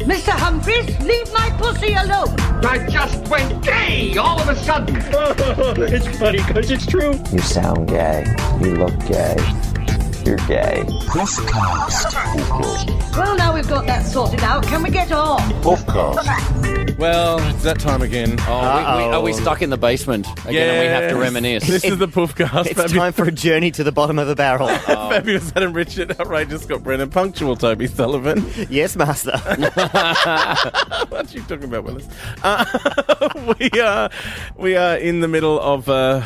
Mr. Humphries, leave my pussy alone. I just went gay all of a sudden. it's funny because it's true. You sound gay. You look gay. You're gay. Puffcast. Well, now we've got that sorted out, can we get on? Puffcast. Well, it's that time again. Oh, we, we, are we stuck in the basement again? And we have to reminisce. This is the Puffcast. It's time for a journey to the bottom of the barrel. oh. Fabulous Adam Richard, outrageous Scott Brennan, punctual Toby Sullivan. Yes, master. what are you talking about, Willis? Uh, we are we are in the middle of uh,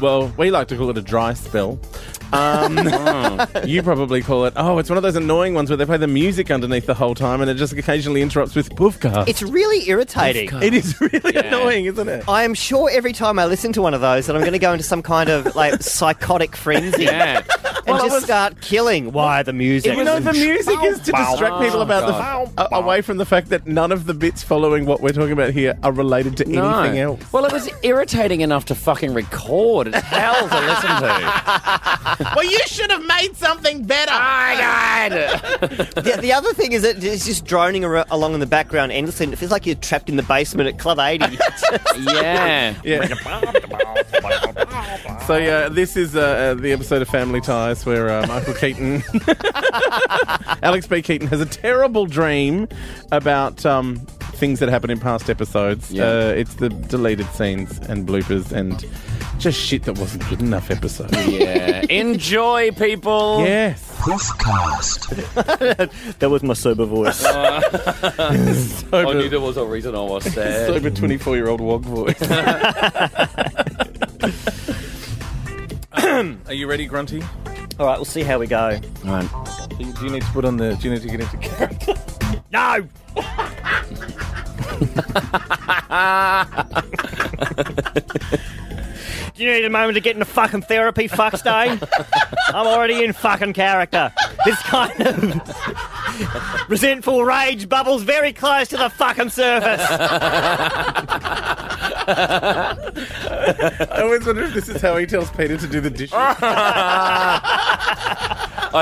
well, we like to call it a dry spell. Um, Oh. you probably call it. Oh, it's one of those annoying ones where they play the music underneath the whole time, and it just occasionally interrupts with Puffcast. It's really irritating. It is really yeah. annoying, isn't it? I am sure every time I listen to one of those that I'm going to go into some kind of like psychotic frenzy. Yeah. And well, just was, start killing. Why the music? You know, the music is to distract oh, people about God. the uh, away from the fact that none of the bits following what we're talking about here are related to no. anything else. Well, it was irritating enough to fucking record. It's hell to listen to. well, you should have made something better. Oh, God. the, the other thing is that it's just droning ar- along in the background endlessly. And it feels like you're trapped in the basement at Club 80. yeah. yeah. so, yeah, this is uh, the episode of Family Ties where uh, Michael Keaton, Alex B. Keaton, has a terrible dream about. Um, things that happened in past episodes. Yeah. Uh, it's the deleted scenes and bloopers and just shit that wasn't good enough episode. Yeah. Enjoy, people. Yes. Puffcast. that was my sober voice. Oh, Uh, sober. I knew there was a reason I was there. sober 24 year old wog voice. Are you ready, Grunty? All right, we'll see how we go. All right. Do you, do you need to put on the? Do you need to get into character? no. Do you need a moment to get into fucking therapy, fuckstein? I'm already in fucking character. This kind of resentful rage bubbles very close to the fucking surface. I always wonder if this is how he tells Peter to do the dishes. I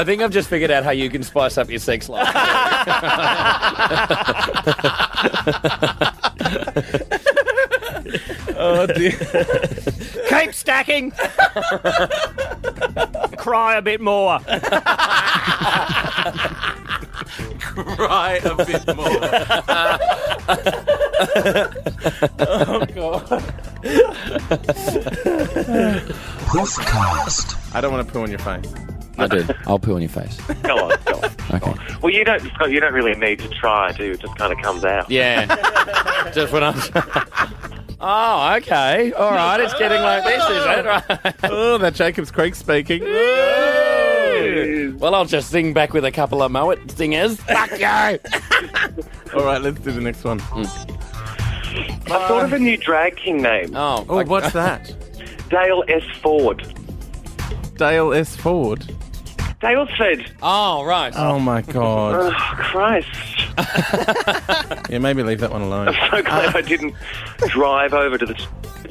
think I've just figured out how you can spice up your sex life. oh dear. Keep stacking. Cry a bit more. Cry a bit more. oh god. Podcast. I don't want to poo on your face. I do. I'll poo on your face. Go on, go on. Okay. Well, you don't. You don't really need to try. Do it just kind of comes out. Yeah. just when I'm. oh, okay. All right. It's getting like this, is it? Right. Oh, that Jacob's Creek speaking. well, I'll just sing back with a couple of mowat singers. Fuck you. All right. Let's do the next one. Mm. I thought of a new drag king name. Oh, oh like, what's that? Dale S. Ford. Dale S. Ford. Dale said. Oh, right. Oh, my God. oh, Christ. yeah, maybe leave that one alone. I'm so glad uh, I didn't drive over to the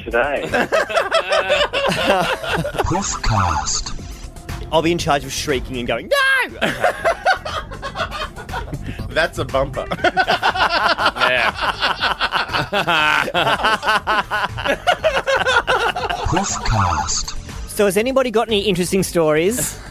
today. Puffcast. I'll be in charge of shrieking and going, no! That's a bumper. yeah. Puffcast. So, has anybody got any interesting stories?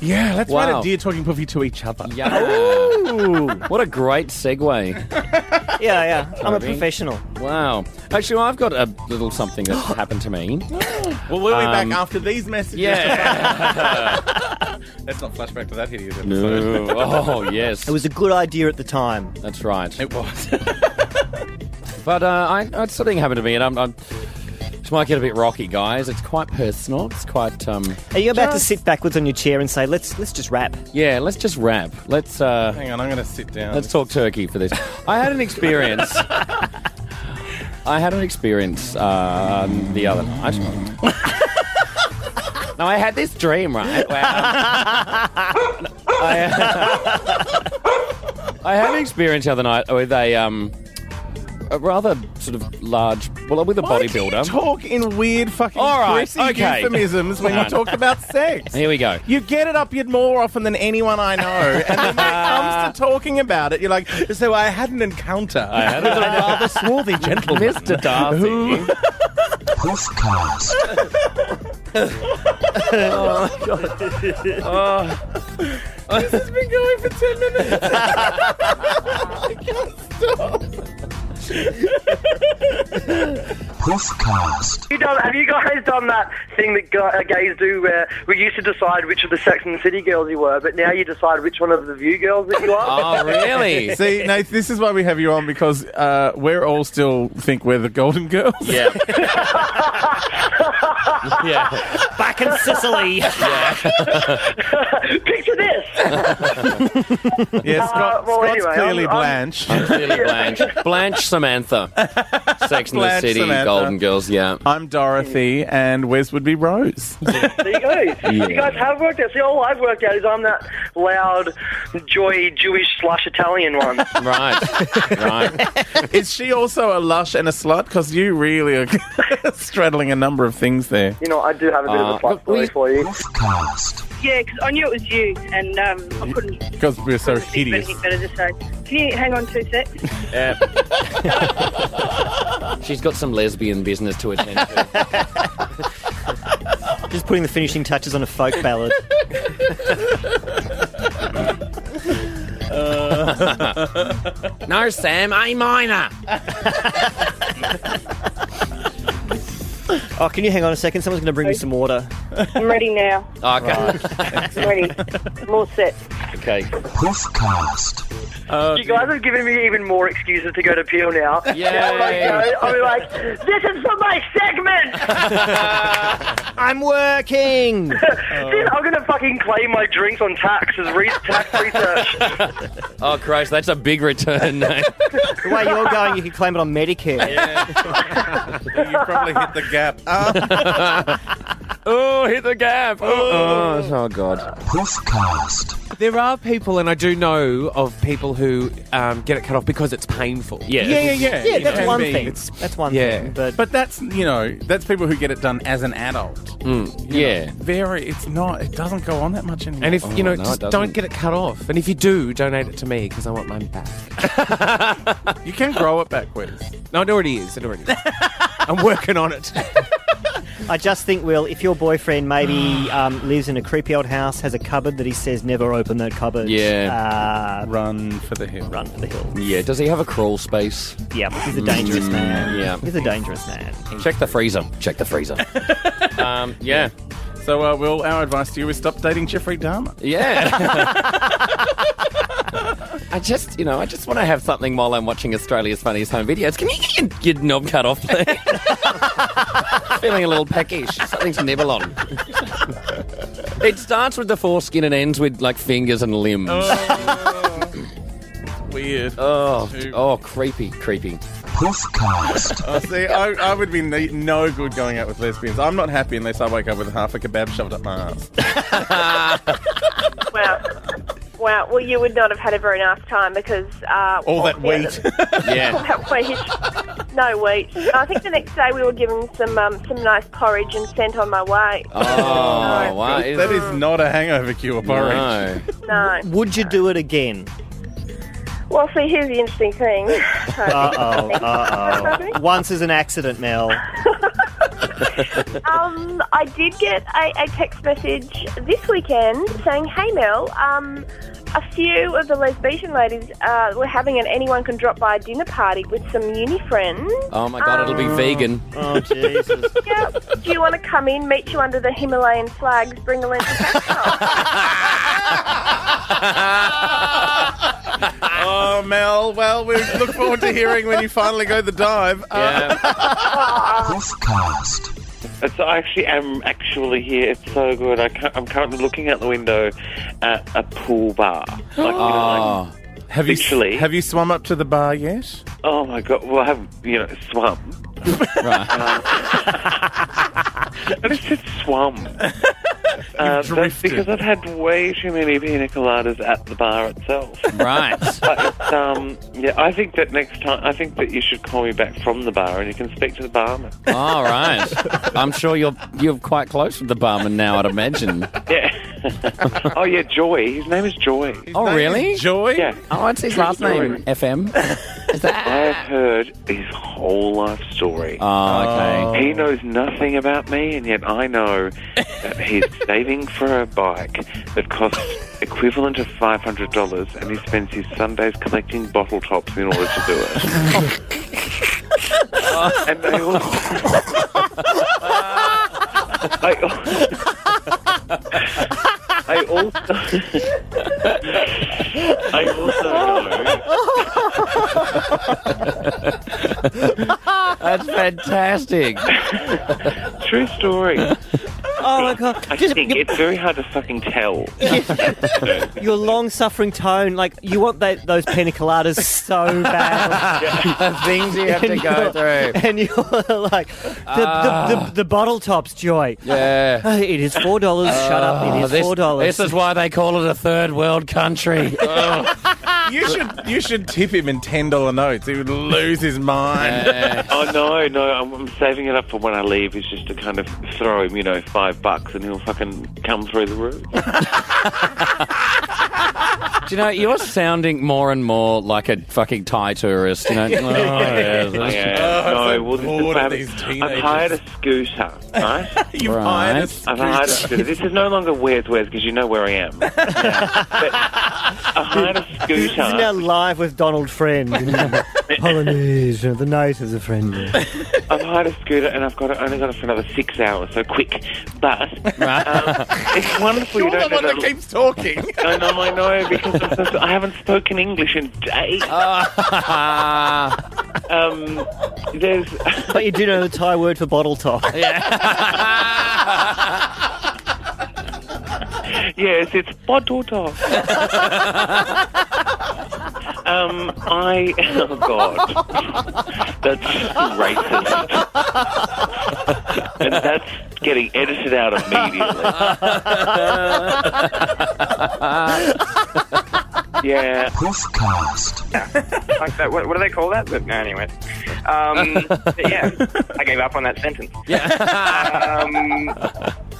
Yeah, let's wow. write a deer talking puffy to each other. Yeah. Ooh. what a great segue. yeah, yeah. I'm a professional. Wow. Actually, well, I've got a little something that happened to me. well, we'll be um, back after these messages. Yeah. Let's not flashback to that hideous episode. No. Oh, yes. It was a good idea at the time. That's right. It was. but uh, I, I, something happened to me, and I'm, I'm this might get a bit rocky, guys. It's quite personal. It's quite. Um, Are you about just... to sit backwards on your chair and say, "Let's let's just rap"? Yeah, let's just rap. Let's. Uh, Hang on, I'm going to sit down. Let's talk turkey for this. I had an experience. I had an experience uh, the other night. now I had this dream, right? Where, I, uh, I, had an experience the other night with a. Um, a rather sort of large, well, with a Why do you bodybuilder. talk in weird fucking All right, prissy okay. euphemisms when you talk about sex. Here we go. You get it up your more often than anyone I know, and then when it comes to talking about it, you're like, "So I had an encounter. I had a rather swarthy gentleman, Mr. Darcy. Hoofcast. This has been going for ten minutes. Hoofcast. You done, have you guys done that thing that gu- uh, gays do where we used to decide which of the Sex and the City girls you were, but now you decide which one of the View girls that you are? Oh, really? See, Nate, this is why we have you on because uh, we're all still think we're the Golden Girls. yeah. yeah. Back in Sicily. Picture this! Yeah, Scott, well, Scott's anyway, clearly I'm- I'm- Blanche. Clearly Blanche. Blanche Samantha. Sex in the Blanche City, Samantha. Golden Girls, yeah. I'm Dorothy, and Wes would be Rose. There you go. You guys have worked out. See, all I've worked out is I'm that loud, joy Jewish slash Italian one. Right. Right. Is she also a lush and a slut? Because you really are straddling a number of things there. you know, I do have a bit of Uh, a plot story we- for you. Hoofcast. Yeah, because I knew it was you, and um, I couldn't. Because we're so couldn't think of hideous. anything better to say. Can you hang on two secs? She's got some lesbian business to attend to. Just putting the finishing touches on a folk ballad. No, Sam, A minor. Oh, can you hang on a second? Someone's going to bring me some water. I'm ready now. Oh, Okay. I'm ready. More set. Okay. Hoofcast. Oh, You guys have given me even more excuses to go to Peel now. Yeah. I'll be like, this is for my segment! I'm working. Uh. This- I'm going to fucking claim my drinks on tax as re- tax research. Oh, Christ, that's a big return. Nate. the way you're going, you can claim it on Medicare. You probably hit the gap. Um, oh, hit the gap. Oh, oh God. Hoofcast. There are people, and I do know of people who um, get it cut off because it's painful. Yeah. Yeah, yeah, yeah. Yeah, It that's can one be. thing. It's- that's one Yeah. thing. But, but that's you know that's people who get it done as an adult. Mm, Yeah. Oh, Very, it's not. It doesn't go on that much anymore. And if you know, no, just it doesn't. don't get it cut off. And if you do, donate it to me because I want mine back. you can grow it backwards. No, it already is. It already. Is. I'm working on it. I just think, Will, if your boyfriend maybe um, lives in a creepy old house, has a cupboard that he says never open that cupboard. Yeah. Uh, Run for the hill. run for the hills. Yeah. Does he have a crawl space? Mm, Yeah, he's a dangerous man. yeah. he's a dangerous man. Check the freezer. Check the freezer. um, yeah. So, uh, Will, our advice to you is stop dating Jeffrey Dahmer. Yeah. I just, you know, I just want to have something while I'm watching Australia's Funniest Home Videos. Can you get your, your knob cut off, please? Feeling a little peckish. Something to nibble on. it starts with the foreskin and ends with, like, fingers and limbs. Oh, Weird. oh, creepy, creepy. Hoofcast. Oh, see, I, I would be ne- no good going out with lesbians. I'm not happy unless I wake up with half a kebab shoved up my ass. Wow. Wow. Well, you would not have had a very nice time because uh, All that yeah, wheat. the- all Yeah. that wheat. No wheat. I think the next day we were given some um, some nice porridge and sent on my way. Oh, wow. that is not a hangover cure porridge. No. No. uh, Would you do it again? Well, see, here's the interesting thing. Uh oh. Uh oh. Once is an accident, Mel. Um, I did get a, a text message this weekend saying, "Hey Mel, um, a few of the lesbian ladies uh, were having an anyone can drop by dinner party with some uni friends. Oh, my God, it'll be vegan. Oh Jesus. Yeah, do you want to come in? Meet you under the Himalayan flags. Bring a lens of cocktail." Ah. Oh, Mel, well, we look forward to hearing when you finally go the dive. Uh, Yeah. Hoofcast. It's, I actually am actually here. It's so good. I cu- I'm currently looking out the window at a pool bar. Like, you know, like, Oh, have, you, literally. have you swum up to the bar yet? oh my god. Well, I have you know swum. right. I just said swum. Uh, that's because I've had way too many pina coladas at the bar itself. Right. but it's, um, yeah, I think that next time, I think that you should call me back from the bar and you can speak to the barman. All right. I'm sure you're you're quite close with the barman now, I'd imagine. Yeah. oh, yeah, Joy. His name is Joy. oh, really? Joy? Yeah. Oh, what's his last name? FM? Is that? I've heard his whole life story. Oh, okay. He knows nothing about me, and yet I know that he's saving for a bike that costs equivalent of five hundred dollars, and he spends his Sundays collecting bottle tops in order to do it. and they all. I, I also. I also know That's fantastic. True story. Oh my god! I Just think your, it's very hard to fucking tell. your long-suffering tone, like you want that, those pina coladas so bad, the things you have to go through. Ah. and you're like the, the, the, the bottle tops, Joy. Yeah. Oh, It is four dollars. Shut up! It Oh, is four dollars. This is why they call it a third world country. Oh. You should you should tip him in ten dollar notes. He would lose his mind. Yeah. Oh no, no, I'm, I'm saving it up for when I leave. It's just to kind of throw him, you know, five bucks, and he'll fucking come through the roof. Do you know, you're sounding more and more like a fucking Thai tourist. You know? Oh, yeah. yeah, Oh, so no, we'll just, bored of I've, these I've teenagers. hired a scooter, right? You've Right. hired a I've hired a scooter. scooter. This is no longer where's where's because you know where I am. Yeah. But I hired a This scooter. is now live with Donald Friend, you know, Polynesian, the natives are friendly. I've hired a scooter and I've got it, only got it for another six hours, so quick. But um, it's wonderful. You're you the don't one know that keeps talking. I know, I know, because I'm so, I haven't spoken English in days. Ah. Um, there's But you do know the Thai word for bottle top. yes, it's potato. um, I oh god, that's racist, and that's getting edited out immediately. yeah, like that. What, what do they call that? But, anyway, um, but yeah, I gave up on that sentence. Yeah. um,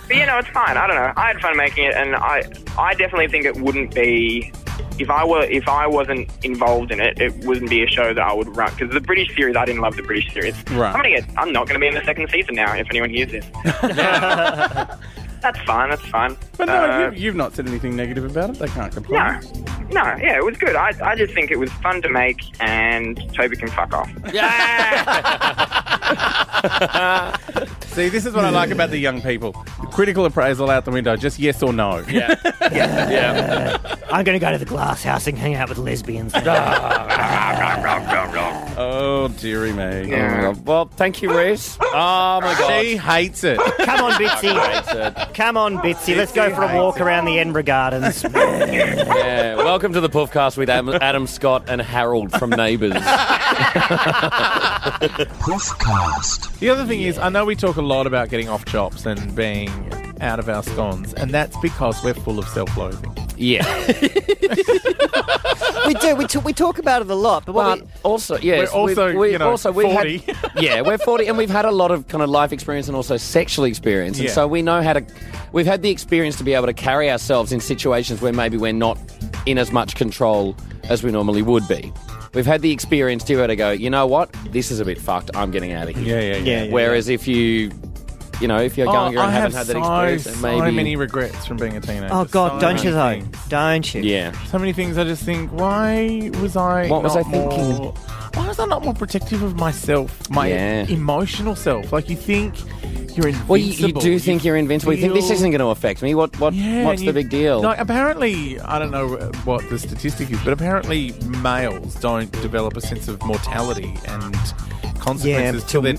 but you know, it's fine. I don't know. I had fun making it, and I, I definitely think it wouldn't be. If I were, if I wasn't involved in it, it wouldn't be a show that I would run. Because the British series, I didn't love the British series. Right. I'm gonna get. I'm not gonna be in the second season now. If anyone hears this, that's fine. That's fine. But no, Uh, you, you've not said anything negative about it. They can't no, complain. no, yeah, it was good. I, I just think it was fun to make, and Toby can fuck off. See, this is what I like about the young people. Critical appraisal out the window. Just yes or no. Yeah. I'm going to go to the glass house and hang out with lesbians. Ah. Oh dearie me. Oh my God. Well, thank you, Reese. Oh my god. She hates it. Come on, Bitsy. Hates it. Come on, Bitsy. Let's go for a walk around the Edinburgh Gardens. Yeah. Welcome to the Puffcast with Adam, Adam Scott and Harold from Neighbours. The other thing is, I know we talk a lot about getting off chops and being out of our scones, and that's because we're full of self-loathing. Yeah. we do. We, t- we talk about it a lot, but what But also, yes, We're also, we've- we've you know, also- we've 40. Had, yeah, we're forty, and we've had a lot of kind of life experience and also sexual experience, and Yeah. so we know how to. We've had the experience to be able to carry ourselves in situations where maybe we're not in as much control as we normally would be. We've had the experience to be able to go, you know what, this is a bit fucked. I'm getting out of here. Yeah, yeah, yeah. Whereas if you, you know, if you're Oh, younger I and haven't have had that so, experience, then maybe so many regrets from being a teenager. Oh, God, So don't you, though? many things. Don't you? yeah. So many things I just think, why was I? What was not I thinking? more- why was I not more protective of myself, my Yeah. emotional self? Like you think you're invincible. Well, you, you do think you're invincible. You think this feel- isn't going to affect me. What? What? Yeah, what's and you- the big deal? No, apparently, I don't know uh, what the statistic is, but apparently males don't develop a sense of mortality and Yeah, consequences till till they're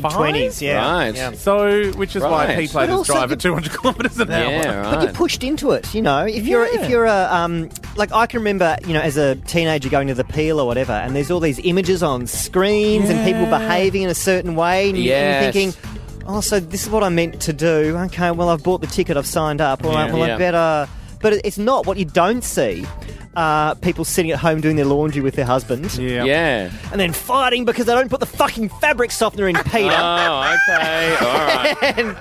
20 twenties. Yeah. Right. So, which is why Right. P But platers also drive you- at 200 kilometres an hour. Yeah. But Right. you're pushed into it, you know. If you're if you're a um, like I can remember, you know, as a teenager going to the peel or whatever, and there's all these images on screens and people Yeah. behaving in a certain way, and, you- Yes. and you're thinking, oh, so this is what I meant to do. Okay, well, I've bought the ticket, I've signed up. All right, Yeah. well, Yeah. I better. But it- it's not what you don't see. Uh, people sitting at home doing their laundry with their husband. Yeah. Yeah. And then fighting because they don't put the fucking fabric softener in Peter. Oh, okay. All right. and,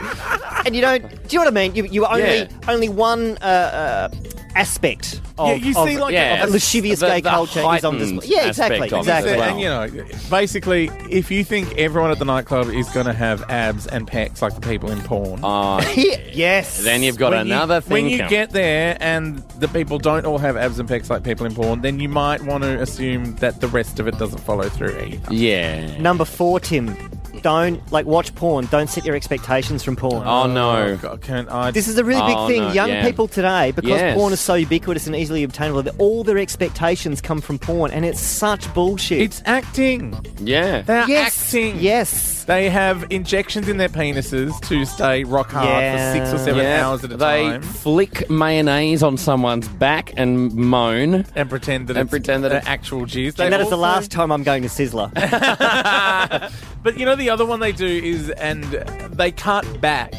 and you don't. Do you know what I mean? You, you are only Yeah. only one uh, uh, aspect of, Yeah, you see, of- like, yeah. a- of lascivious the- gay the culture is on heightened display. Yeah, exactly, aspect of it as exactly. well. And you know, basically, if you think everyone at the nightclub is going to have abs and pecs like the people in porn, Ah, yes, Then you've got when you- another thing. When you coming. get there and the people don't all have abs and pecs like people in porn, then you might want to assume that the rest of it doesn't follow through either. Yeah. Number four, Tim. Don't like watch porn. Don't set your expectations from porn. Oh no! Oh, God, can I? This is a really oh, big thing. Young people today, because Yes. porn is so ubiquitous and easily obtainable, that all their expectations come from porn, and it's such bullshit. It's acting. Yeah. They're Yes. acting. Yes. They have injections in their penises to stay rock hard Yeah. for six or seven Yeah. hours at a They time. flick mayonnaise on someone's back and moan and pretend that and it's pretend that an it's actual jizz. They And that is the also- last time I'm going to Sizzler. But you know, the other one they do is, and they cut back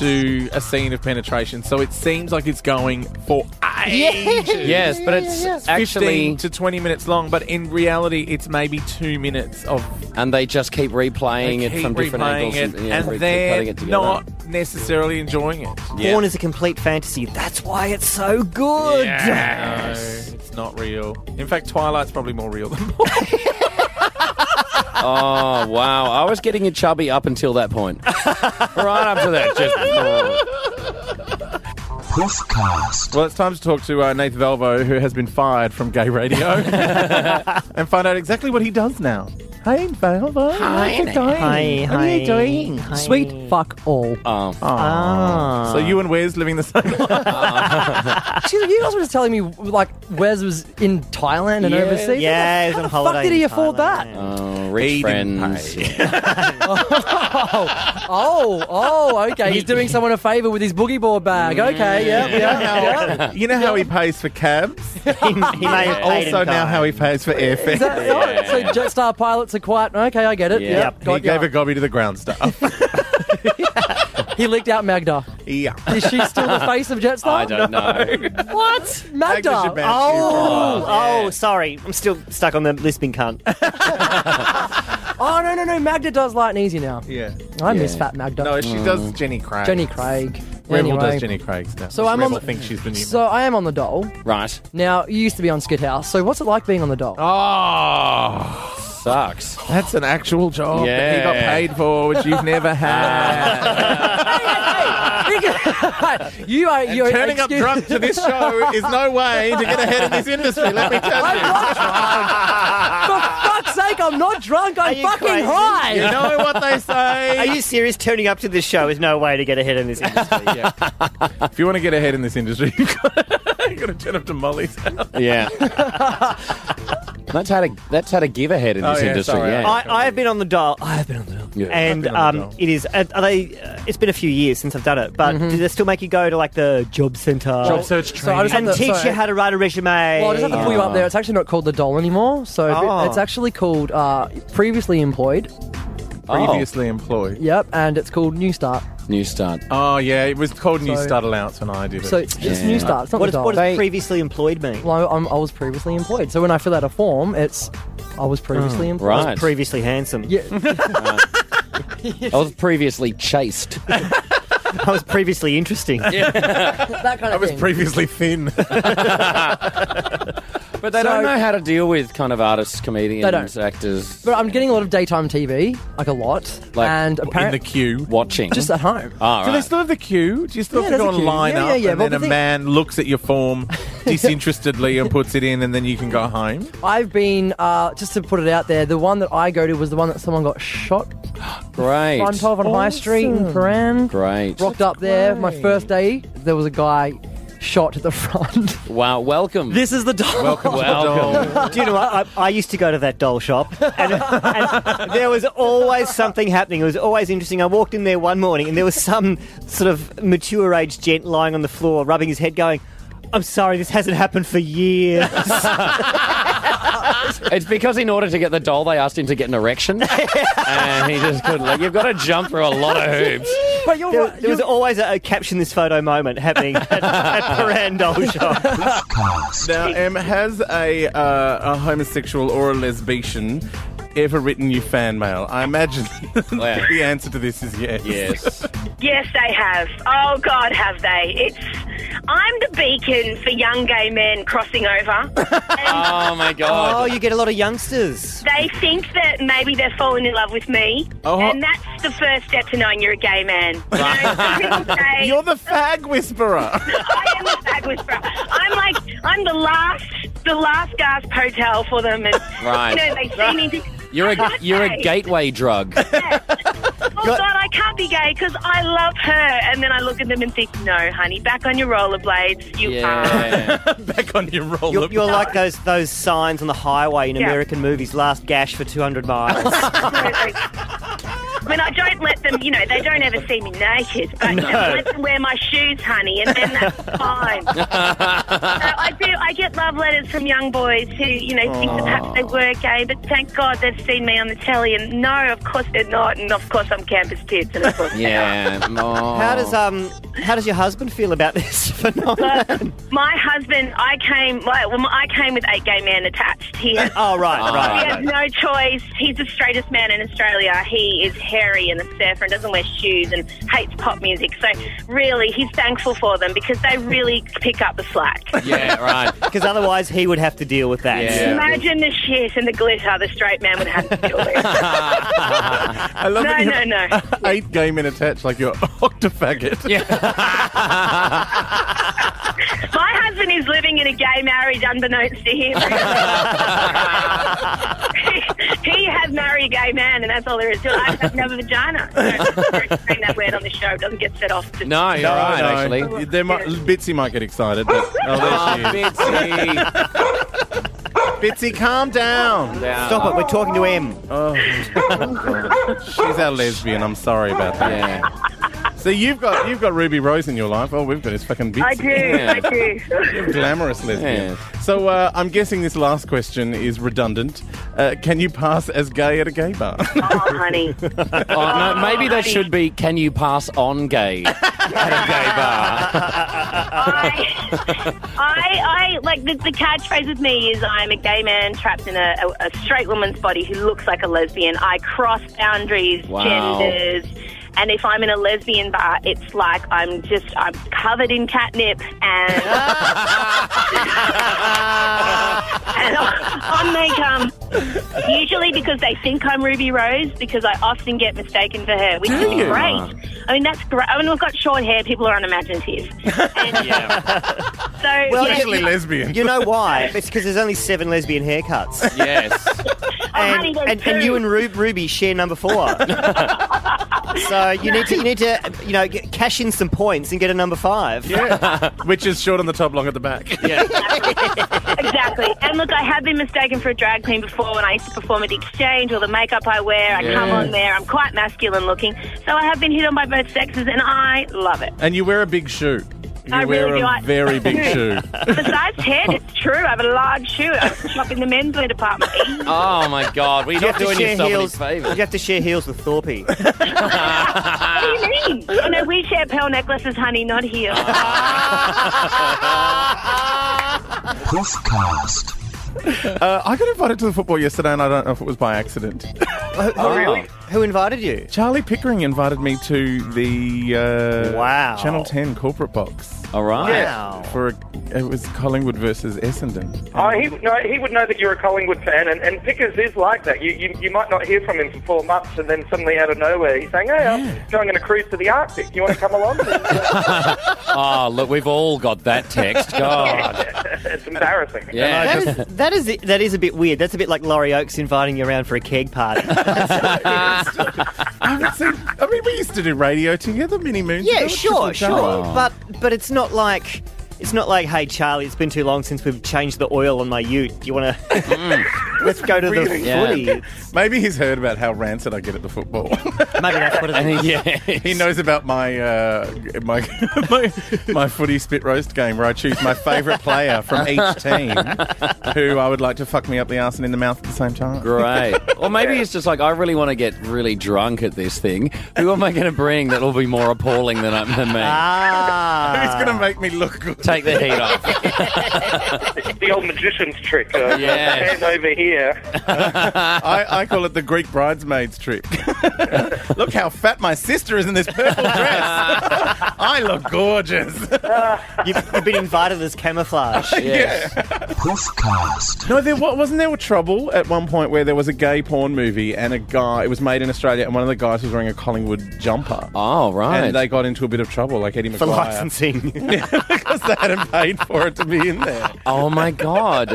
to a scene of penetration, so it seems like it's going for ages. Yes, but it's actually 15 to 20 minutes long, but in reality, it's maybe two minutes of. and they just keep replaying They it keep from different replaying angles, it, yeah, and re- keep they're cutting it together. not necessarily enjoying it. Porn is a complete fantasy. That's why it's so good. Yes. No, it's not real. In fact, Twilight's probably more real than oh wow! I was getting a chubby up until that point. right up to that, just Proofcast. Well, it's time to talk to uh, Nathan Valvo, who has been fired from gay radio, and find out exactly what he does now. Hey, Valvo. Hi, How's it going? hi, What are you hi, doing? hi. Sweet fuck all. Oh. Ah. So you and Wes living the same life? Excuse me, you guys were just telling me like Wes was in Thailand and Yeah. overseas. Yeah, he's how on the holiday fuck did he in afford that? Oh, rich friends. Oh, oh, okay. He's doing someone a favour with his boogie board bag. Okay, yeah, yeah, yeah. You know Mm. how he pays for cabs? he, he may have paid in also now kind. how he pays for airfare. Is that- oh, So Jetstar pilots are quiet. Okay, I get it. Yeah, He gave a gobby to the ground staff. He leaked out Magda. Yeah. Is she still the face of Jetstar? I don't know. What? Magda. Oh, oh, sorry. I'm still stuck on the lisping cunt. Oh no no no! Magda does light and easy now. Yeah, I miss Yeah. Fat Magda. No, she does Jenny Craig. Jenny Craig. Rebel Anyway. does Jenny Craig stuff. So I'm Rebel on. thinks she's the new. so I am on the doll. right. Now you used to be on Skid House. So what's it like being on the doll? Oh, sucks. That's an actual job that he got Yeah. paid for, which you've never had. you are And you're turning up excuse- drunk to this show is no way to get ahead in this industry. Let me tell you. For fuck's sake, I'm not drunk. I'm fucking crazy? high. You know what they say. Are you serious? Turning up to this show is no way to get ahead in this industry. if you want to get ahead in this industry, you've got to turn up to Molly's house. Yeah. that's how to that's how to give ahead in Oh, this yeah, industry. sorry. yeah. I, I have been on the dial. I have been on the dial. Yeah. And um, it is. uh, Are they? Uh, it's been a few years since I've done it, but do they still make you go to like the job centre? Job search So I training. just have and to- teach sorry. you how to write a resume. Well, I just have to pull you up there. It's actually not called the doll anymore. So if it- Oh. it's actually called uh, previously employed. Previously employed. Yep, and it's called New Start. New Start. Oh, yeah, it was called New So- Start Allowance when I did it. So it's just New Start. It's not What the does- doll. what does previously employed mean? Well, I'm, I was previously employed. So when I fill out a form, it's I was previously Oh. employed. I was previously handsome. Yeah. I was previously chased. I was previously interesting. that kind of I was thing. previously thin. But they don't know how to deal with kind of artists, comedians, They don't. actors, But I'm getting a lot of daytime TV, like a lot, like and in the apparently queue, watching just at home. Ah, Do they right. still have the queue? Do you still Yeah, have there's to go a and queue. line Yeah, up yeah, yeah, and but then the a thing- man looks at your form disinterestedly and puts it in and then you can go home? I've been uh, just to put it out there. The one that I go to was the one that someone got shot Great. on top on High Street in Paran. Great. Rocked up there. My first day, there was a guy shot at the front. Wow, welcome. This is the doll. Welcome to the Welcome. doll. Do you know what? I, I used to go to that doll shop, and, and there was always something happening. It was always interesting. I walked in there one morning, and there was some sort of mature age gent lying on the floor, rubbing his head, going, "I'm sorry, this hasn't happened for years." It's because in order to get the doll, they asked him to get an erection, and he just couldn't. Like, you've got to jump through a lot of hoops. But you're there, right. There was always a, a caption this photo moment happening at, at Parandol Shop. Now, um, has a uh, a homosexual or a lesbian ever written you fan mail? I imagine that the answer to this is yes. Yes. Yes, they have. Oh God, have they? It's I'm the beacon for young gay men crossing over. Oh my Oh, god. you get a lot of youngsters. They think that maybe they're falling in love with me, Oh, ho- and that's the first step to knowing you're a gay man. You know, some people say, You're the fag whisperer. I am a bag whisperer. I'm like, I'm the last, the last gasp hotel for them, and Right. you know they see me. and think, You're a you're a gateway drug. Oh God, I can't be gay because I love her, and then I look at them and think, no, honey, back on your rollerblades. You Back on your Oh, roller. You're, you're like those those signs on the highway in Yeah. American movies. Last gash for 200 miles. are. When I don't let them, you know, they don't ever see me naked, but No. let them wear my shoes, honey, and then that's fine. So I do. I get love letters from young boys who, you know, think that perhaps they were gay, but thank God they've seen me on the telly, and no, of course they're not, and of course I'm campus kids, and of course Yeah. Oh. How does um how does your husband feel about this phenomenon? My husband, I came. Well, well, I came with eight gay men attached. He has, Oh, right, Ah. right. He has no choice. He's the straightest man in Australia. He is hairy and a surfer and doesn't wear shoes and hates pop music. So really, he's thankful for them because they really pick up the slack. yeah, right. Because otherwise he would have to deal with that. Imagine the shit and the glitter the straight man would have to deal with. I love No, that you no, have no. Eight gay men attached like you're octofaggot. Yeah. My husband is living in a gay marriage unbeknownst to him. he, he has married a gay man, and that's all there is to it. I have no vagina. So, sorry for saying that word on the show it doesn't get set off. to- No, you're right. actually. Ah, There might, Bitsy might get excited. But, oh, there she is. Bitsy. Bitsy, calm down. Stop it, we're talking to M. Oh. She's our lesbian. I'm sorry about that. So you've got you've got Ruby Rose in your life. Oh, we've got this fucking Bitsy. I do, I do. Glamorous lesbian. So uh, I'm guessing this last question is redundant. Uh, can you pass as gay at a gay bar? Oh, honey. Oh, no, maybe there should be. Can you pass on gay at a gay bar? I, I like the, the catchphrase with me is I'm a gay man trapped in a, a, a straight woman's body who looks like a lesbian. I cross boundaries, Wow. genders, and if I'm in a lesbian bar, it's like I'm just I'm covered in catnip and and on they come. Usually because they think I'm Ruby Rose because I often get mistaken for her, which Do is you? great. I mean that's great. I mean I've got short hair. People are unimaginative. And So Well, yeah, usually lesbian. You know why? It's because there's only seven lesbian haircuts. Yes. And, there's and, and you two. and Ru- Ruby share number four. so you need to you need to you know get, cash in some points and get a number five. yeah. Which is short on the top, long at the back. Yeah. Exactly. And look, I have been mistaken for a drag queen before when I used to perform at the exchange. All the makeup I wear, I come Yeah. on there. I'm quite masculine looking. So I have been hit on by both sexes, and I love it. And you wear a big shoe. You I wear really do. a I- very big shoe. Besides head, it's true. I have a large shoe. I shop in the menswear department. Oh my God, we're You not have to doing share yourself heels. any You favours. have to share heels with Thorpe. What do you mean? You know, we share pearl necklaces, honey, not here. Hoofcast. Uh, I got invited to the football yesterday, and I don't know if it was by accident. oh, really? Who invited you? Charlie Pickering invited me to the uh, Wow. Channel Ten corporate box. All right. Wow. for a, it was Collingwood versus Essendon. Oh, he, no, he would know that you're a Collingwood fan, and, and Pickers is like that. You, you you might not hear from him for four months, and then suddenly out of nowhere, he's saying, hey, I'm going on a cruise to the Arctic. You want to come along? Oh, look, we've all got that text. God. it's embarrassing. Yeah. That is that is that is a bit weird. That's a bit like Laurie Oakes inviting you around for a keg party. I, haven't seen, I mean, we used to do radio together many moons ago. yeah, It's sure, just a sure. joke. But but it's not like It's not like, hey, Charlie, it's been too long since we've changed the oil on my ute. You want Mm. to. Let's go to the footy. Maybe he's heard about how rancid I get at the football. Maybe that's what it is. he knows about my uh, my, my my footy spit roast game where I choose my favourite player from each team who I would like to fuck me up the arse and in the mouth at the same time. Great. Or maybe it's just like, I really want to get really drunk at this thing. Who am I going to bring that will be more appalling than, I- than me? Ah. Who's going to make me look good? Take the heat off. It's the old magician's trick. Uh, Yes. Hand over here. I, I call it the Greek bridesmaids trick. look how fat my sister is in this purple dress. I look gorgeous. You've, you've been invited as camouflage. Yeah. No, there wa- wasn't there trouble at one point where there was a gay porn movie and a guy. It was made in Australia, and one of the guys was wearing a Collingwood jumper. Oh, right. And they got into a bit of trouble, like Eddie McGuire, For licensing. because they hadn't paid for it to be in there. Oh my god!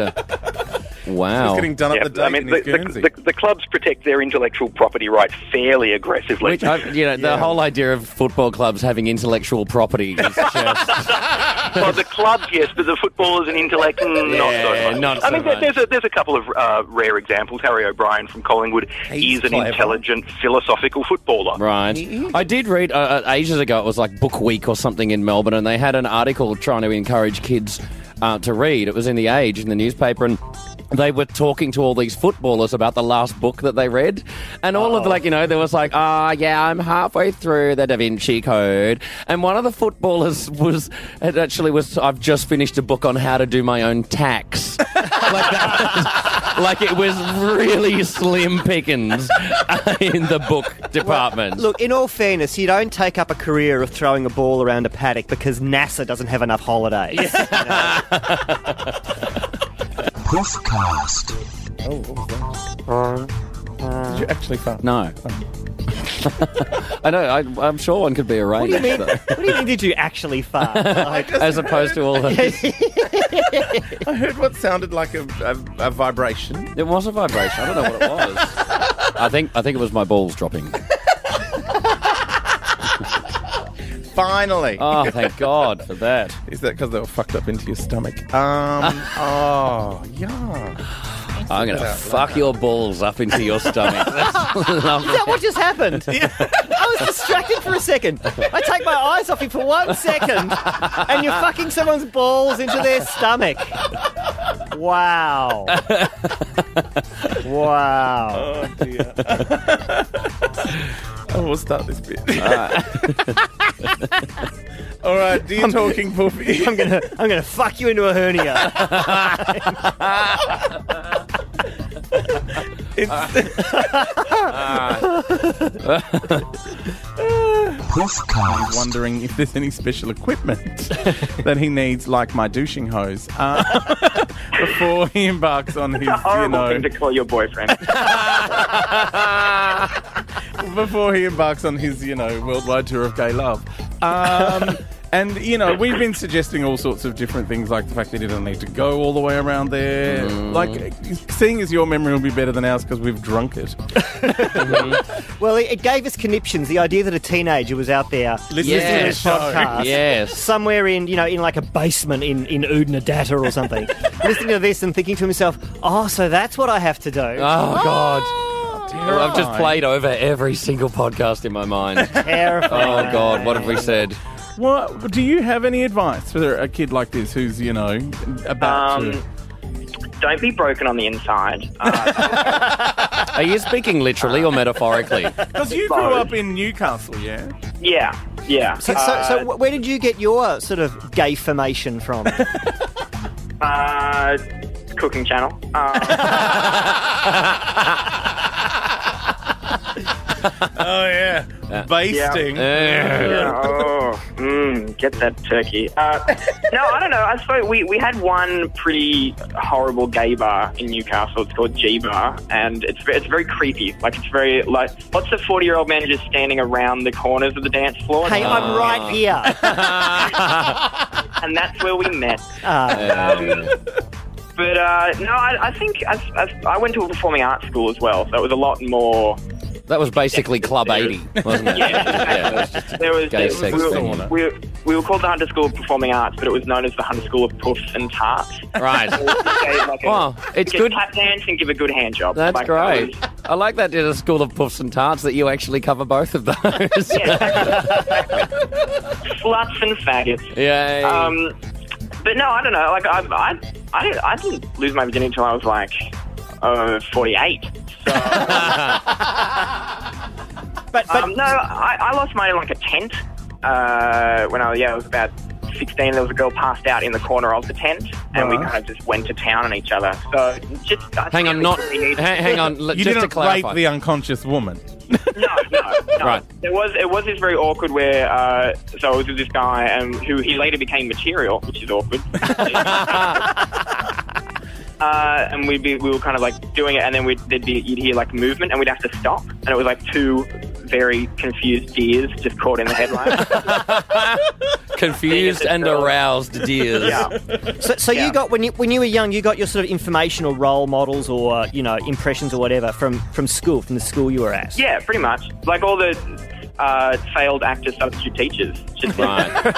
Wow. Oh. He's getting done Yeah, up the date I mean, in his the, the, Guernsey. the, the clubs protect their intellectual property rights fairly aggressively. Which, I, you know, the whole idea of football clubs having intellectual property is just well, the clubs, yes, but the footballers and intellect, mm, Yeah, not so much. not I so mean, there- much. there's a there's a couple of uh, rare examples. Harry O'Brien from Collingwood He's is an clever. intelligent, philosophical footballer. right. I did read uh, uh, ages ago. It was like Book Week or something in Melbourne, and they had an article trying to encourage kids uh, to read. It was in the Age in the newspaper, and. They were talking to all these footballers about the last book that they read, and all of the, like you know there was like ah yeah I'm halfway through the Da Vinci Code, and one of the footballers was it actually was I've just finished a book on how to do my own tax. Like it was really slim pickings in the book department. Look, in all fairness, you don't take up a career of throwing a ball around a paddock because NASA doesn't have enough holidays. Proofcast. Oh, what was that? Did you actually fart? no. I know. I, I'm sure one could be What arranged. do you mean? though. What do you mean? Did you actually fart? Like, As opposed to all the. I heard what sounded like a, a, a vibration. It was a vibration. I don't know what it was. I think I think it was my balls dropping. Finally. Oh, thank God for that. Is that because they were fucked up into your stomach? Um. oh, yeah. I'm gonna fuck your balls up into your stomach. That's lovely. Is that what just happened? I was distracted for a second. Oh, I take my eyes off you for one second, and you're fucking someone's balls into their stomach. Wow. Wow. Oh dear. oh, we'll start this bit. All right. All right. Do you talking poopy? I'm gonna, I'm gonna fuck you into a hernia. He's wondering if there's any special equipment that he needs, like my douching hose, uh, before he embarks on his, you Horrible know, thing to call your boyfriend. before he embarks on his, you know, worldwide tour of gay love. Um, and, you know, we've been suggesting all sorts of different things, like the fact that he doesn't need to go all the way around there. Mm. Like, seeing as your memory will be better than ours because we've drunk it. well, it, it gave us conniptions. The idea that a teenager was out there Listening listening to to this the show. podcast, Yes. somewhere in you know in like a basement in in Udinadatta or something, listening to this and thinking to himself, "Oh, so that's what I have to do." Oh God. Oh, I've just played over every single podcast in my mind. Terrifying. Oh God, what have we said? What do you have any advice for a kid like this who's you know about Um, to? Don't be broken on the inside. Are you speaking literally or metaphorically? Because you grew up in Newcastle, yeah. Yeah, yeah. Uh, So, so, so Uh, wh- where did you get your sort of gay formation from? uh, uh, cooking channel. Uh, Ah. Oh yeah, basting. yeah, oh, mm, get that turkey. Uh, no, I don't know. I suppose we, we had one pretty horrible gay bar in Newcastle. It's called G Bar, and it's ve- it's very creepy. Like it's very like lots of forty year old men just standing around the corners of the dance floor. hey, I'm Uh. right here. and that's where we met. Uh, Um, but uh, no, I, I think I, I, I went to a performing arts school as well, so it was a lot more That was basically Club 80, wasn't it? Yeah, it was just There was, Gay there- sex we, were, thing. we, were, we were called the Hunter School of Performing Arts, but it was known as the Hunter School of Puffs and Tarts. Right. So we gave, like, a- Wow, it's we gave good. Tap dance and give a good hand job. That's Like, that great. I like that in a school of puffs and tarts that you actually cover both of those. was Sluts and faggots. Yay. Um, but no, I don't know. Like I, I, I, didn't, I didn't lose my virginity until I was like uh, 48. So, but, um, no, I, I lost mine in like a tent uh, when I yeah I was about 16. There was a girl passed out in the corner of the tent, and we Uh-huh. Right. kind of just went to town on each other. So just I Hang on, really not- need- hang- hang on, l- you just to didn't clarify. rape the unconscious woman. right. It was it was this very awkward where uh, so it was with this guy and who he later became material, which is awkward. uh, and we'd be we were kind of like doing it, and then we'd there'd be you'd hear like movement, and we'd have to stop, and it was like two very confused deers just caught in the headlight. Confused and aroused deers. Yeah. So, so you got when you when you were young, you got your sort of informational role models or you know impressions or whatever from from school, from the school you were at. yeah, pretty much like all the uh, failed actor substitute teachers, just right.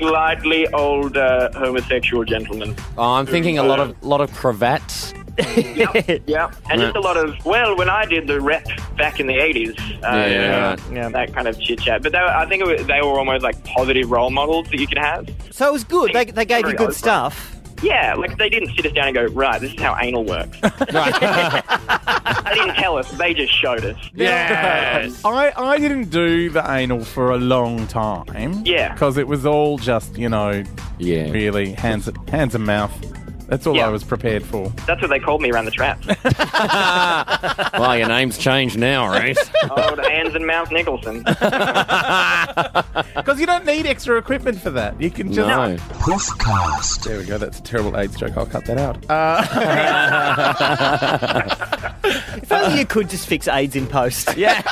slightly older uh, homosexual gentlemen. Oh, I'm thinking a lot of lot of cravats. Yeah, and Yeah. just a lot of well, when I did the rep back in the eighties, uh, Yeah, you know, right. that kind of chit chat. But they, were- I think it was, they were almost like positive role models that you could have. So it was good. They, they gave you good stuff. Yeah, like they didn't sit us down and go, right, this is how anal works. they didn't tell us; they just showed us. Yes. I, I didn't do the anal for a long time. Yeah. Because it was all just, you know, yeah. really hands hands and mouth. That's all Yeah. I was prepared for. That's what they called me around the trap. Well, your name's changed now, right? Old hands and mouth Nicholson. Because you don't need extra equipment for that. You can just. No. Poofcast. There we go. That's a terrible AIDS joke. I'll cut that out. Uh, If only you could just fix AIDS in post. Yeah.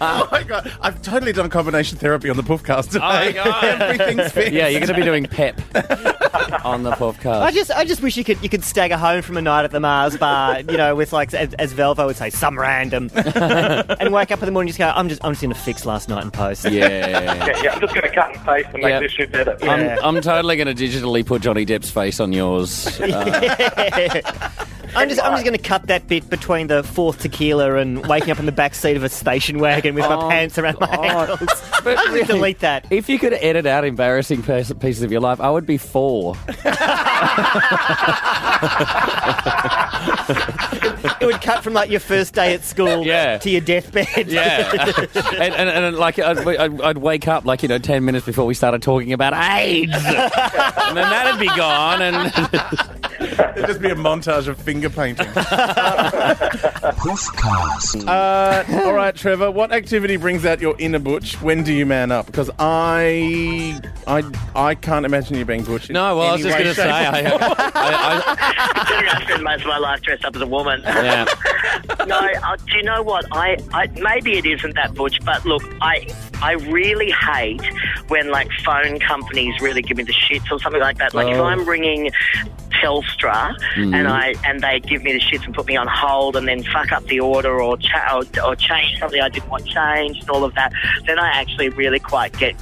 oh my god. I've totally done combination therapy on the Poofcast today. Everything's fixed. Oh Yeah, you're going to be doing pep on the podcast. I just, I just wish you could, you could stagger home from a night at the Mars bar, you know, with like, as, as Velvo would say, some random, and wake up in the morning and just go, I'm just, I'm just gonna fix last night in post. Yeah. I'm just going to cut and paste and make Yep. this shit better. I'm, I'm totally going to digitally put Johnny Depp's face on yours. Uh, I'm just, I'm just going to cut that bit between the fourth tequila and waking up in the back seat of a station wagon with Oh, my pants around my ankles. I'm just gonna delete that. If you could edit out embarrassing pers- pieces of your life, I would be four. It would cut from like your first day at school Yeah. to your deathbed. Yeah, and, and, and like I'd, I'd, I'd wake up like you know ten minutes before we started talking about AIDS, and then that'd be gone. And It'd just be a montage of finger painting. Poofcast. Uh, all right, Trevor. What activity brings out your inner butch? When do you man up? Because I, I, I can't imagine you being butch. in no, well, I was any just way, going to say, shape, I, uh, or form. I, I spend most of my life dressed up as a woman. I, yeah, No, uh, do you know what? I, I maybe it isn't that butch, but look, I I really hate when like phone companies really give me the shits or something like that. Like if Oh. I'm ringing Telstra Mm-hmm. Mhm. and I and they give me the shits and put me on hold and then fuck up the order or cha- or, or change something I didn't want changed and all of that, then I actually really quite get.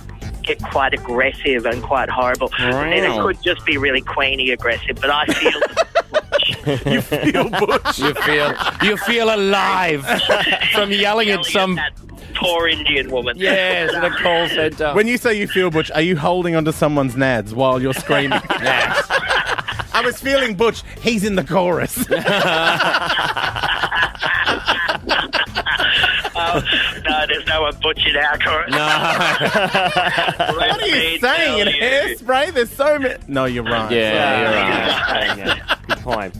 Get quite aggressive and quite horrible. And then it Wow. could just be really queenie aggressive, but I feel you feel butch. You feel you feel alive from yelling at some poor Indian woman. Yes, the call centre. When you say you feel butch, are you holding onto someone's nads while you're screaming? yes. I was feeling butch. He's in the chorus. Oh, no, there's no one butching our chorus. what are you saying? In hairspray? There's so many. No, you're right. Yeah, you're right. Good point.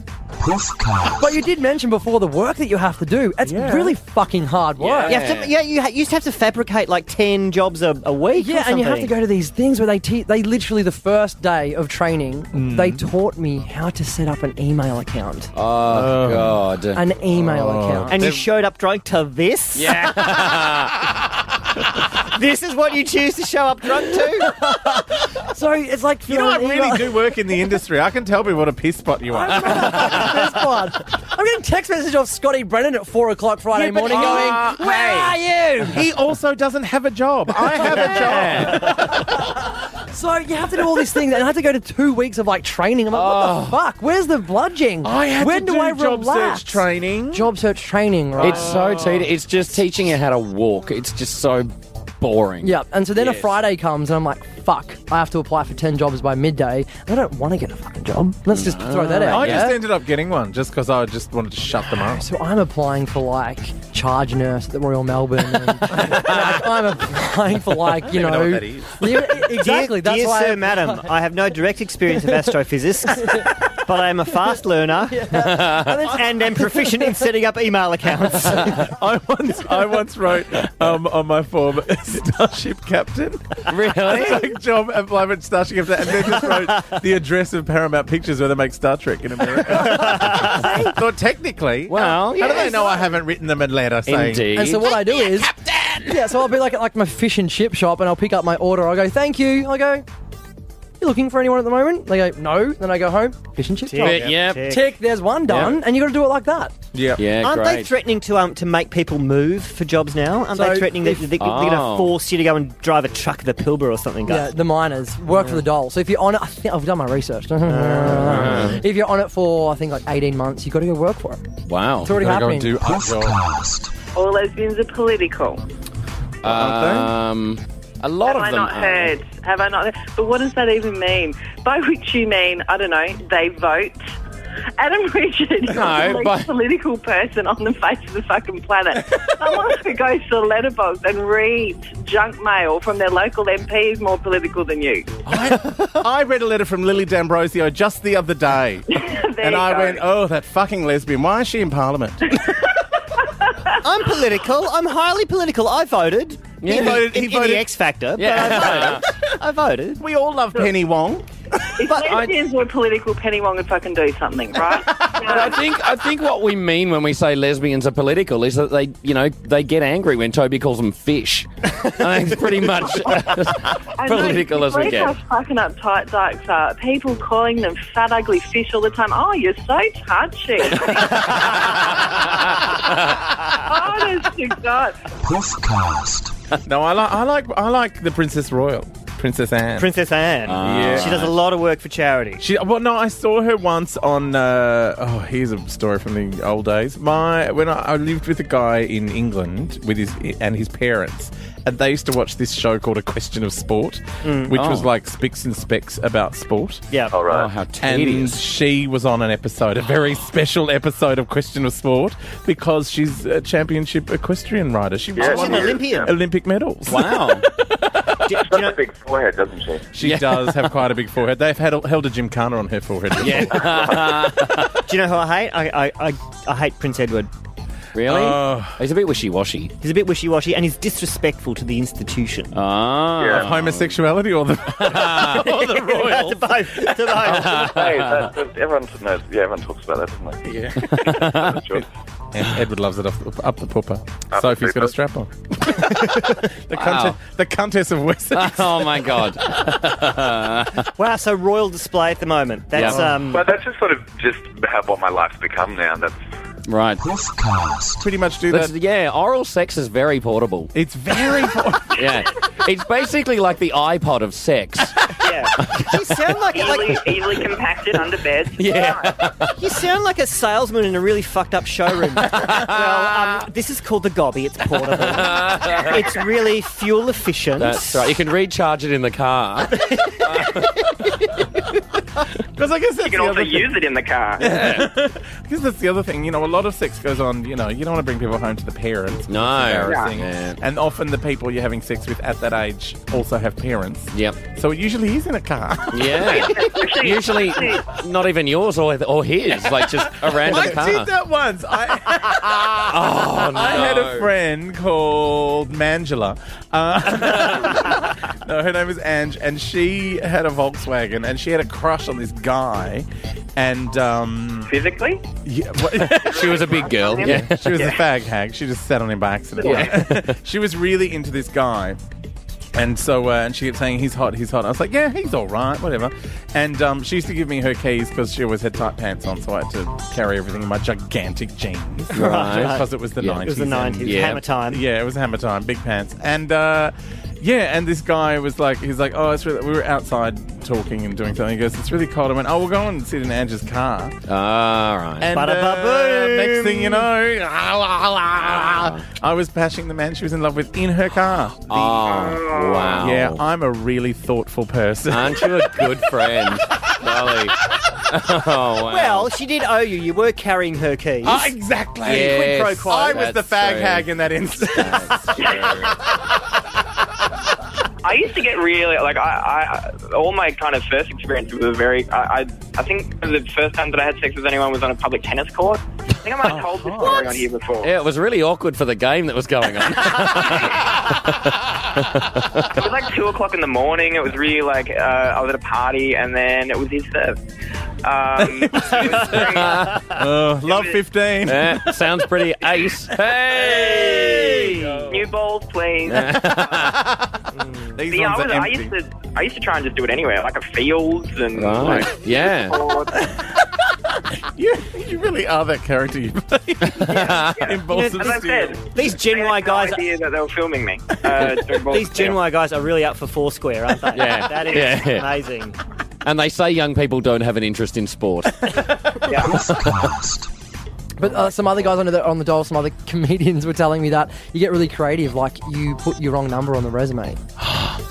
But you did mention before the work that you have to do. It's really fucking hard work. You, have to, yeah, you, ha- you just have to fabricate like 10 jobs a, a week. or Yeah, and you have to something. go to these things where they te- they literally the first day of training Mm. they taught me how to set up an email account. Oh, God. Uh, An email account. And you showed up drunk to this? Yeah. this is what you choose to show up drunk to? So it's like You know, I filling an really email- do work in the industry. I can tell people what a piss spot you are. Best part. I'm getting text message off Scotty Brennan at four o'clock Friday Yeah, but- morning, Ah, going, "Where hey. are you?" He also doesn't have a job. I have a job. so you have to do all these things, and I had to go to two weeks of like training. I'm like, what the fuck? Where's the bludging? Oh. I had when to do, do I job relax? search training. Job search training, right? It's so tedious. It's just teaching you how to walk. It's just so boring. Yeah, and so then a Yes. Friday comes, and I'm like, "Fuck! I have to apply for ten jobs by midday." And I don't want to get a fucking job. Let's just throw that out. I just yeah? ended up getting one just because I just wanted to shut them up. So I'm applying for like charge nurse at the Royal Melbourne. And, like, I'm applying for like you I know, don't even know what that is. Yeah, e-, exactly. Dear, that's dear why sir, I- madam, I have no direct experience of astrophysics, but I am a fast learner and am proficient in setting up email accounts. I once, I once wrote um, on my form Starship Captain. Really? like job employment Starship Captain, and then just wrote the address of Paramount Pictures where they make Star Trek in America. so technically, Well, how do they yes. know I haven't written them a letter saying? Indeed. And so what I do is, yeah. So I'll be like at like my fish and chip shop, and I'll pick up my order. I go, "Thank you." I go, "You looking for anyone at the moment?" They go, "No." Then I go home, fish and chip Tick, shop. Tick, yep. tick. Tick. There's one done, and you got to do it like that. Yeah. Yeah, Aren't they great. threatening to um to make people move for jobs now? Aren't So they threatening that if- they, are going Oh. to force you to go and drive a truck at the Pilbara or something? Yeah, Guys? the miners work for the dole. So if you're on it, I think I've done my research. Uh. if you're on it for I think like 18 months, you got to go work for it. Wow. It's already Gotta go happening. and do a job. All lesbians are political. Um, a lot Have of I them not are. heard? Have I not? But what does that even mean? By which you mean, I don't know, they vote. Adam Richard is No, the least but- political person on the face of the fucking planet. Someone who goes to the letterbox and reads junk mail from their local MP is more political than you. I read a letter from Lily D'Ambrosio just the other day. and I went, oh, that fucking lesbian. Why is she in Parliament? I'm political. I'm highly political. I voted. Yeah. He in, voted- in- he in voted- the X Factor. Yeah. But I voted. I voted. We all love Penny Wong. If lesbians were political, Penny Wong would fucking do something, right? But I think I think what we mean when we say lesbians are political is that they you know they get angry when Toby calls them fish. I think it's pretty much as I know, political as we look get. How fucking up tight dykes are. People calling them fat, ugly fish all the time. Oh, you're so touchy. Honest to God. Hoofcast. No, I like, I like, I like the Princess Royal, Princess Anne. Princess Anne. Ah. Yeah. She does a lot of work for charity. She, well, no, I saw her once on. Uh, oh, here's a story from the old days. My when I, I lived with a guy in England with his and his parents, and they used to watch this show called A Question of Sport, Mm. which Oh. was like Spicks and Specks about sport. Yeah. All right. Oh, how and tedious. she was on an episode, a very special episode of Question of Sport, because she's a championship equestrian rider. She Yeah, won she is, Olympian. Olympic medals. Wow. She's got a big forehead, doesn't she? She does have quite a big forehead. They've had, held a gymkhana on her forehead. Yeah. Do you know who I hate? I, I, I, I hate Prince Edward. Really? Uh. He's a bit wishy washy. He's a bit wishy washy and he's disrespectful to the institution. Ah. Of homosexuality or the. or the royal. to both. To both. hey, that, that, everyone knows. Yeah, everyone talks about that, doesn't they? Yeah. and Edward loves it up, the- up the pooper. Up the Sophie's got a pooper. strap on. the, Wow. Conte- the Countess of Wessex. Oh my god. wow, so royal display at the moment. That's Yeah. um But that's just sort of just how what my life's become now. That's Right. Pretty much do That's- Yeah, oral sex is very portable. It's very portable. yeah. It's basically like the iPod of sex. you sound like Easily, easily compacted under bed. Yeah. you sound like a salesman in a really fucked up showroom. well, um, this is called the Gobby. It's portable. it's really fuel efficient. That's right. You can recharge it in the car. Because I guess that's you can the also other thing. use it in the car. Because that's the other thing, you know, a lot of sex goes on, you know, you don't want to bring people home to the parents. No. It's embarrassing. Yeah. And often the people you're having sex with at that age also have parents. Yep. So it usually is in a car. Yeah. Usually not even yours or, or his, like just a random I did car. that once. I, Oh, no. I had a friend called Mangela. Uh, no, her name is Ange, and she had a Volkswagen, and she had a crush on this guy, and um, physically, yeah, what- She was a big girl. Yeah. she was a fag hag. She just sat on him by accident. Yeah. she was really into this guy. And so, uh, and she kept saying, he's hot, he's hot. I was like, yeah, he's all right, whatever. And um, she used to give me her keys because she always had tight pants on, so I had to carry everything in my gigantic jeans. Right. Because it was the Yeah. 90s. It was the and- 90s. Hammer time. Yeah, it was hammer time, big pants. And, uh, yeah, and this guy was like, he's like, oh, it's really, we were outside talking and doing something. He goes, it's really cold. I went, oh, we'll go and sit in Angie's car. Ah, All right. And uh, next thing you know, Uh, I was bashing the man she was in love with in her car. Oh, wow. Yeah, I'm a really thoughtful person. Aren't you a good friend, Dolly? Oh, wow. Well, she did owe you. You were carrying her keys. Ah, exactly. Quid pro quo. I was the fag That's hag in that instance. I used to get really like I, I all my kind of first experiences were very I, I I think the first time that I had sex with anyone was on a public tennis court. I think I might have told this story on here before. Yeah, it was really awkward for the game that was going on. It was like two o'clock in the morning. It was really like uh, I was at a party, and then it was his serve. Um, it was very- love 15. Yeah, sounds pretty ace. Hey! New balls, please. These yeah, ones I, are I used to, I used to try and just do it anywhere, like a fields and Right. like, Yeah. you, you really are that character you play. in Balls As of I Steel. said, these Gen Y guys. idea that they were filming me. Uh, during Balls These of Gen Steel. Y guys are really up for Foursquare, aren't they? Yeah. That is Yeah. amazing. And they say young people don't have an interest in sport. But uh, some other guys I know that are on the dole, some other comedians were telling me that you get really creative, like you put your wrong number on the resume,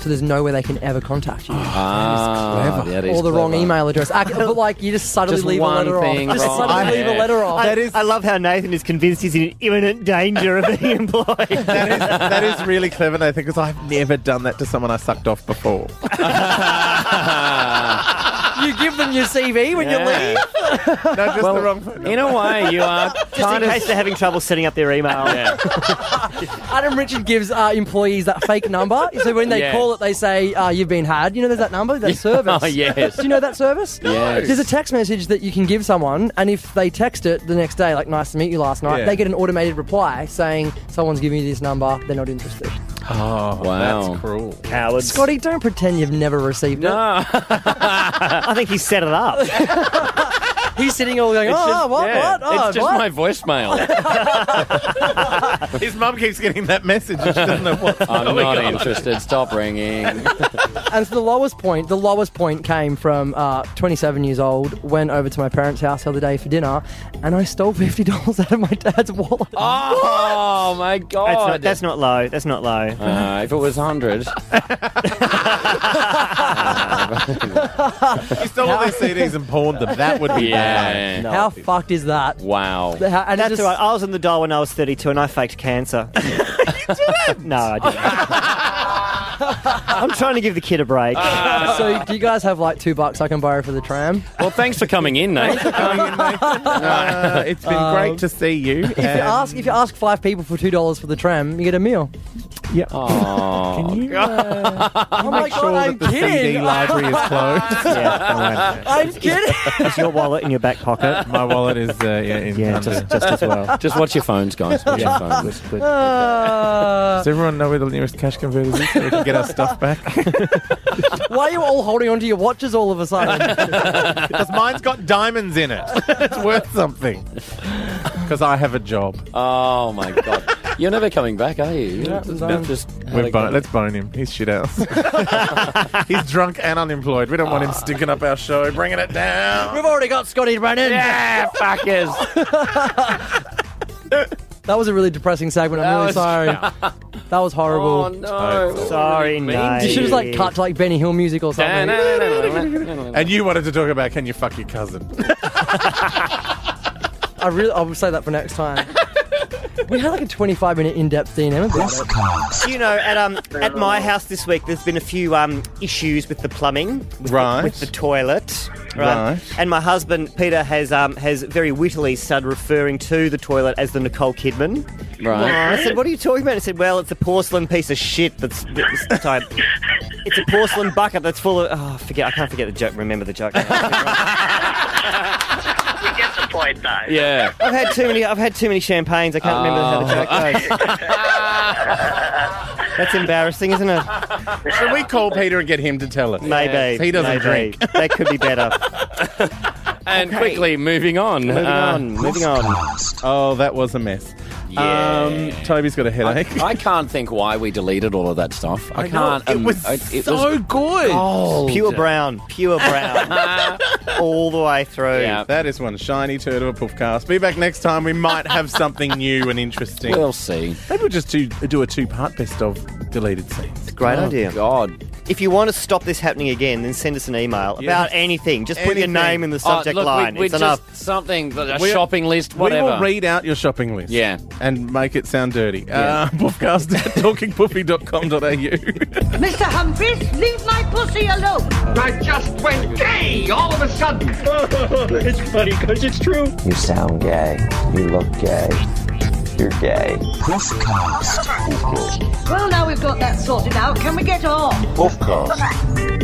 so there's nowhere they can ever contact you. ah, that is or the wrong clever. email address. Ac- but like you just suddenly Just leave one a letter thing off. Just wrong. suddenly Yeah. leave a letter off. I, I love how Nathan is convinced he's in imminent danger of being employed. that is really clever, Nathan, because I've never done that to someone I sucked off before. you give them your CV when you Yeah. leave. no, just Well, the wrong phone In a way, you are Just in kind of. case they're having trouble setting up their email. Yeah. Adam Richard gives uh, employees that fake number, so when they Yeah. call it, they say uh, you've been had. You know, there's that number, that service. Oh, yes. Do you know that service? Yes. There's a text message that you can give someone, and if they text it the next day, like "Nice to meet you last night," Yeah. they get an automated reply saying someone's giving you this number. They're not interested. Oh, wow. that's cruel. Cowards. Scotty, don't pretend you've never received no. I think he set it up. it. He's sitting all going, It's "Oh, just- what, yeah. what? Oh, it's what?" just my voicemail. His mum keeps getting that message. and She doesn't know what's I'm going not on. interested. Stop ringing. and so the lowest point, the lowest point came from uh, 27 years old. Went over to my parents' house the other day for dinner, and I stole fifty dollars out of my dad's wallet. Oh my god! That's not, that's not low. That's not low. Uh, if it was hundred, He stole all their CDs and pawned them. That would be Yeah. bad. How fucked is that? wow. How- and it That's just- all right. I was on the dial when I was 32 and I faked cancer. you did No, I didn't. I'm trying to give the kid a break. Ah. So, do you guys have like two bucks I can borrow for the tram? Well, thanks for coming in, Nate. Uh, it's been Oh great to see you. If If you ask, if you ask five people for two dollars for the tram, you get a meal. Oh, Oh my god, sure I'm that the CD kidding! library is closed. Yeah. I'm kidding. Is your wallet in your back pocket? My wallet is uh, yeah, in Yeah, under. just, just as well. just watch your phones, guys. Watch your phones. Uh, Does everyone know where the nearest cash converter is so we can get our stuff back? why are you all holding onto your watches all of a sudden? Because mine's got diamonds in it. It's worth something. Because I have a job. Oh my god! You're never coming back, are you? Yeah, Just- no. just We're bo- let's bone him. He's shit house. He's drunk and unemployed. We don't Ah. want him stinking up our show, bringing it down. We've already got Scotty Brennan. yeah, fuckers. That was a really depressing segment. I'm That really was- sorry. that was horrible. Oh no! Sorry, Mean Nate. You should have like cut to like Benny Hill music or something. And you wanted to talk about can you fuck your cousin? I really, I'll say that for next time. we had like a 25 minute in depth DM about it. You know, at um, at my house this week, there's been a few um issues with the plumbing, with, Right. the, with the toilet, Right. And my husband Peter has um has very wittily started referring to the toilet as the Nicole Kidman. Right. And I said, "What are you talking about?" He said, "Well, it's a porcelain piece of shit that's, that's sorry, it's a porcelain bucket that's full of oh, forget I can't forget the joke. Remember the joke. We get the point, though. Yeah. Oh. I've had too many. I've had too many champagnes. I can't remember how the joke goes. That's embarrassing, isn't it? Should we call Peter and get him to tell us? Maybe He doesn't maybe. drink. That could be better. And quickly moving on. Moving Uh, on, moving on. Oh, that was a mess. Yeah. Um, Toby's got a headache. I, I can't think why we deleted all of that stuff. I, Oh, I know. can't. It was so good. gold. Pure brown, pure brown, all the way through. That is one shiny turd of a poofcast. Be back next time. We might have something new and interesting. We'll see. Maybe we'll just do, do a two part best of deleted scenes. Oh, Great idea. Oh, God. If you want to stop this happening again, then send us an email about anything. Just put your Anything. name in the subject Oh, look, line. We, we it's just enough. Something, a We'll- shopping list, whatever. We will read out your shopping list. Yeah. And make it sound dirty. Uh, poofcast at talkingpoofy.com.au. Mr. Humphries, leave my pussy alone. I just went gay all of a sudden. it's funny because it's true. You sound gay. You look gay. You're gay. Well, now we've got that sorted out, can we get on? Poofcast.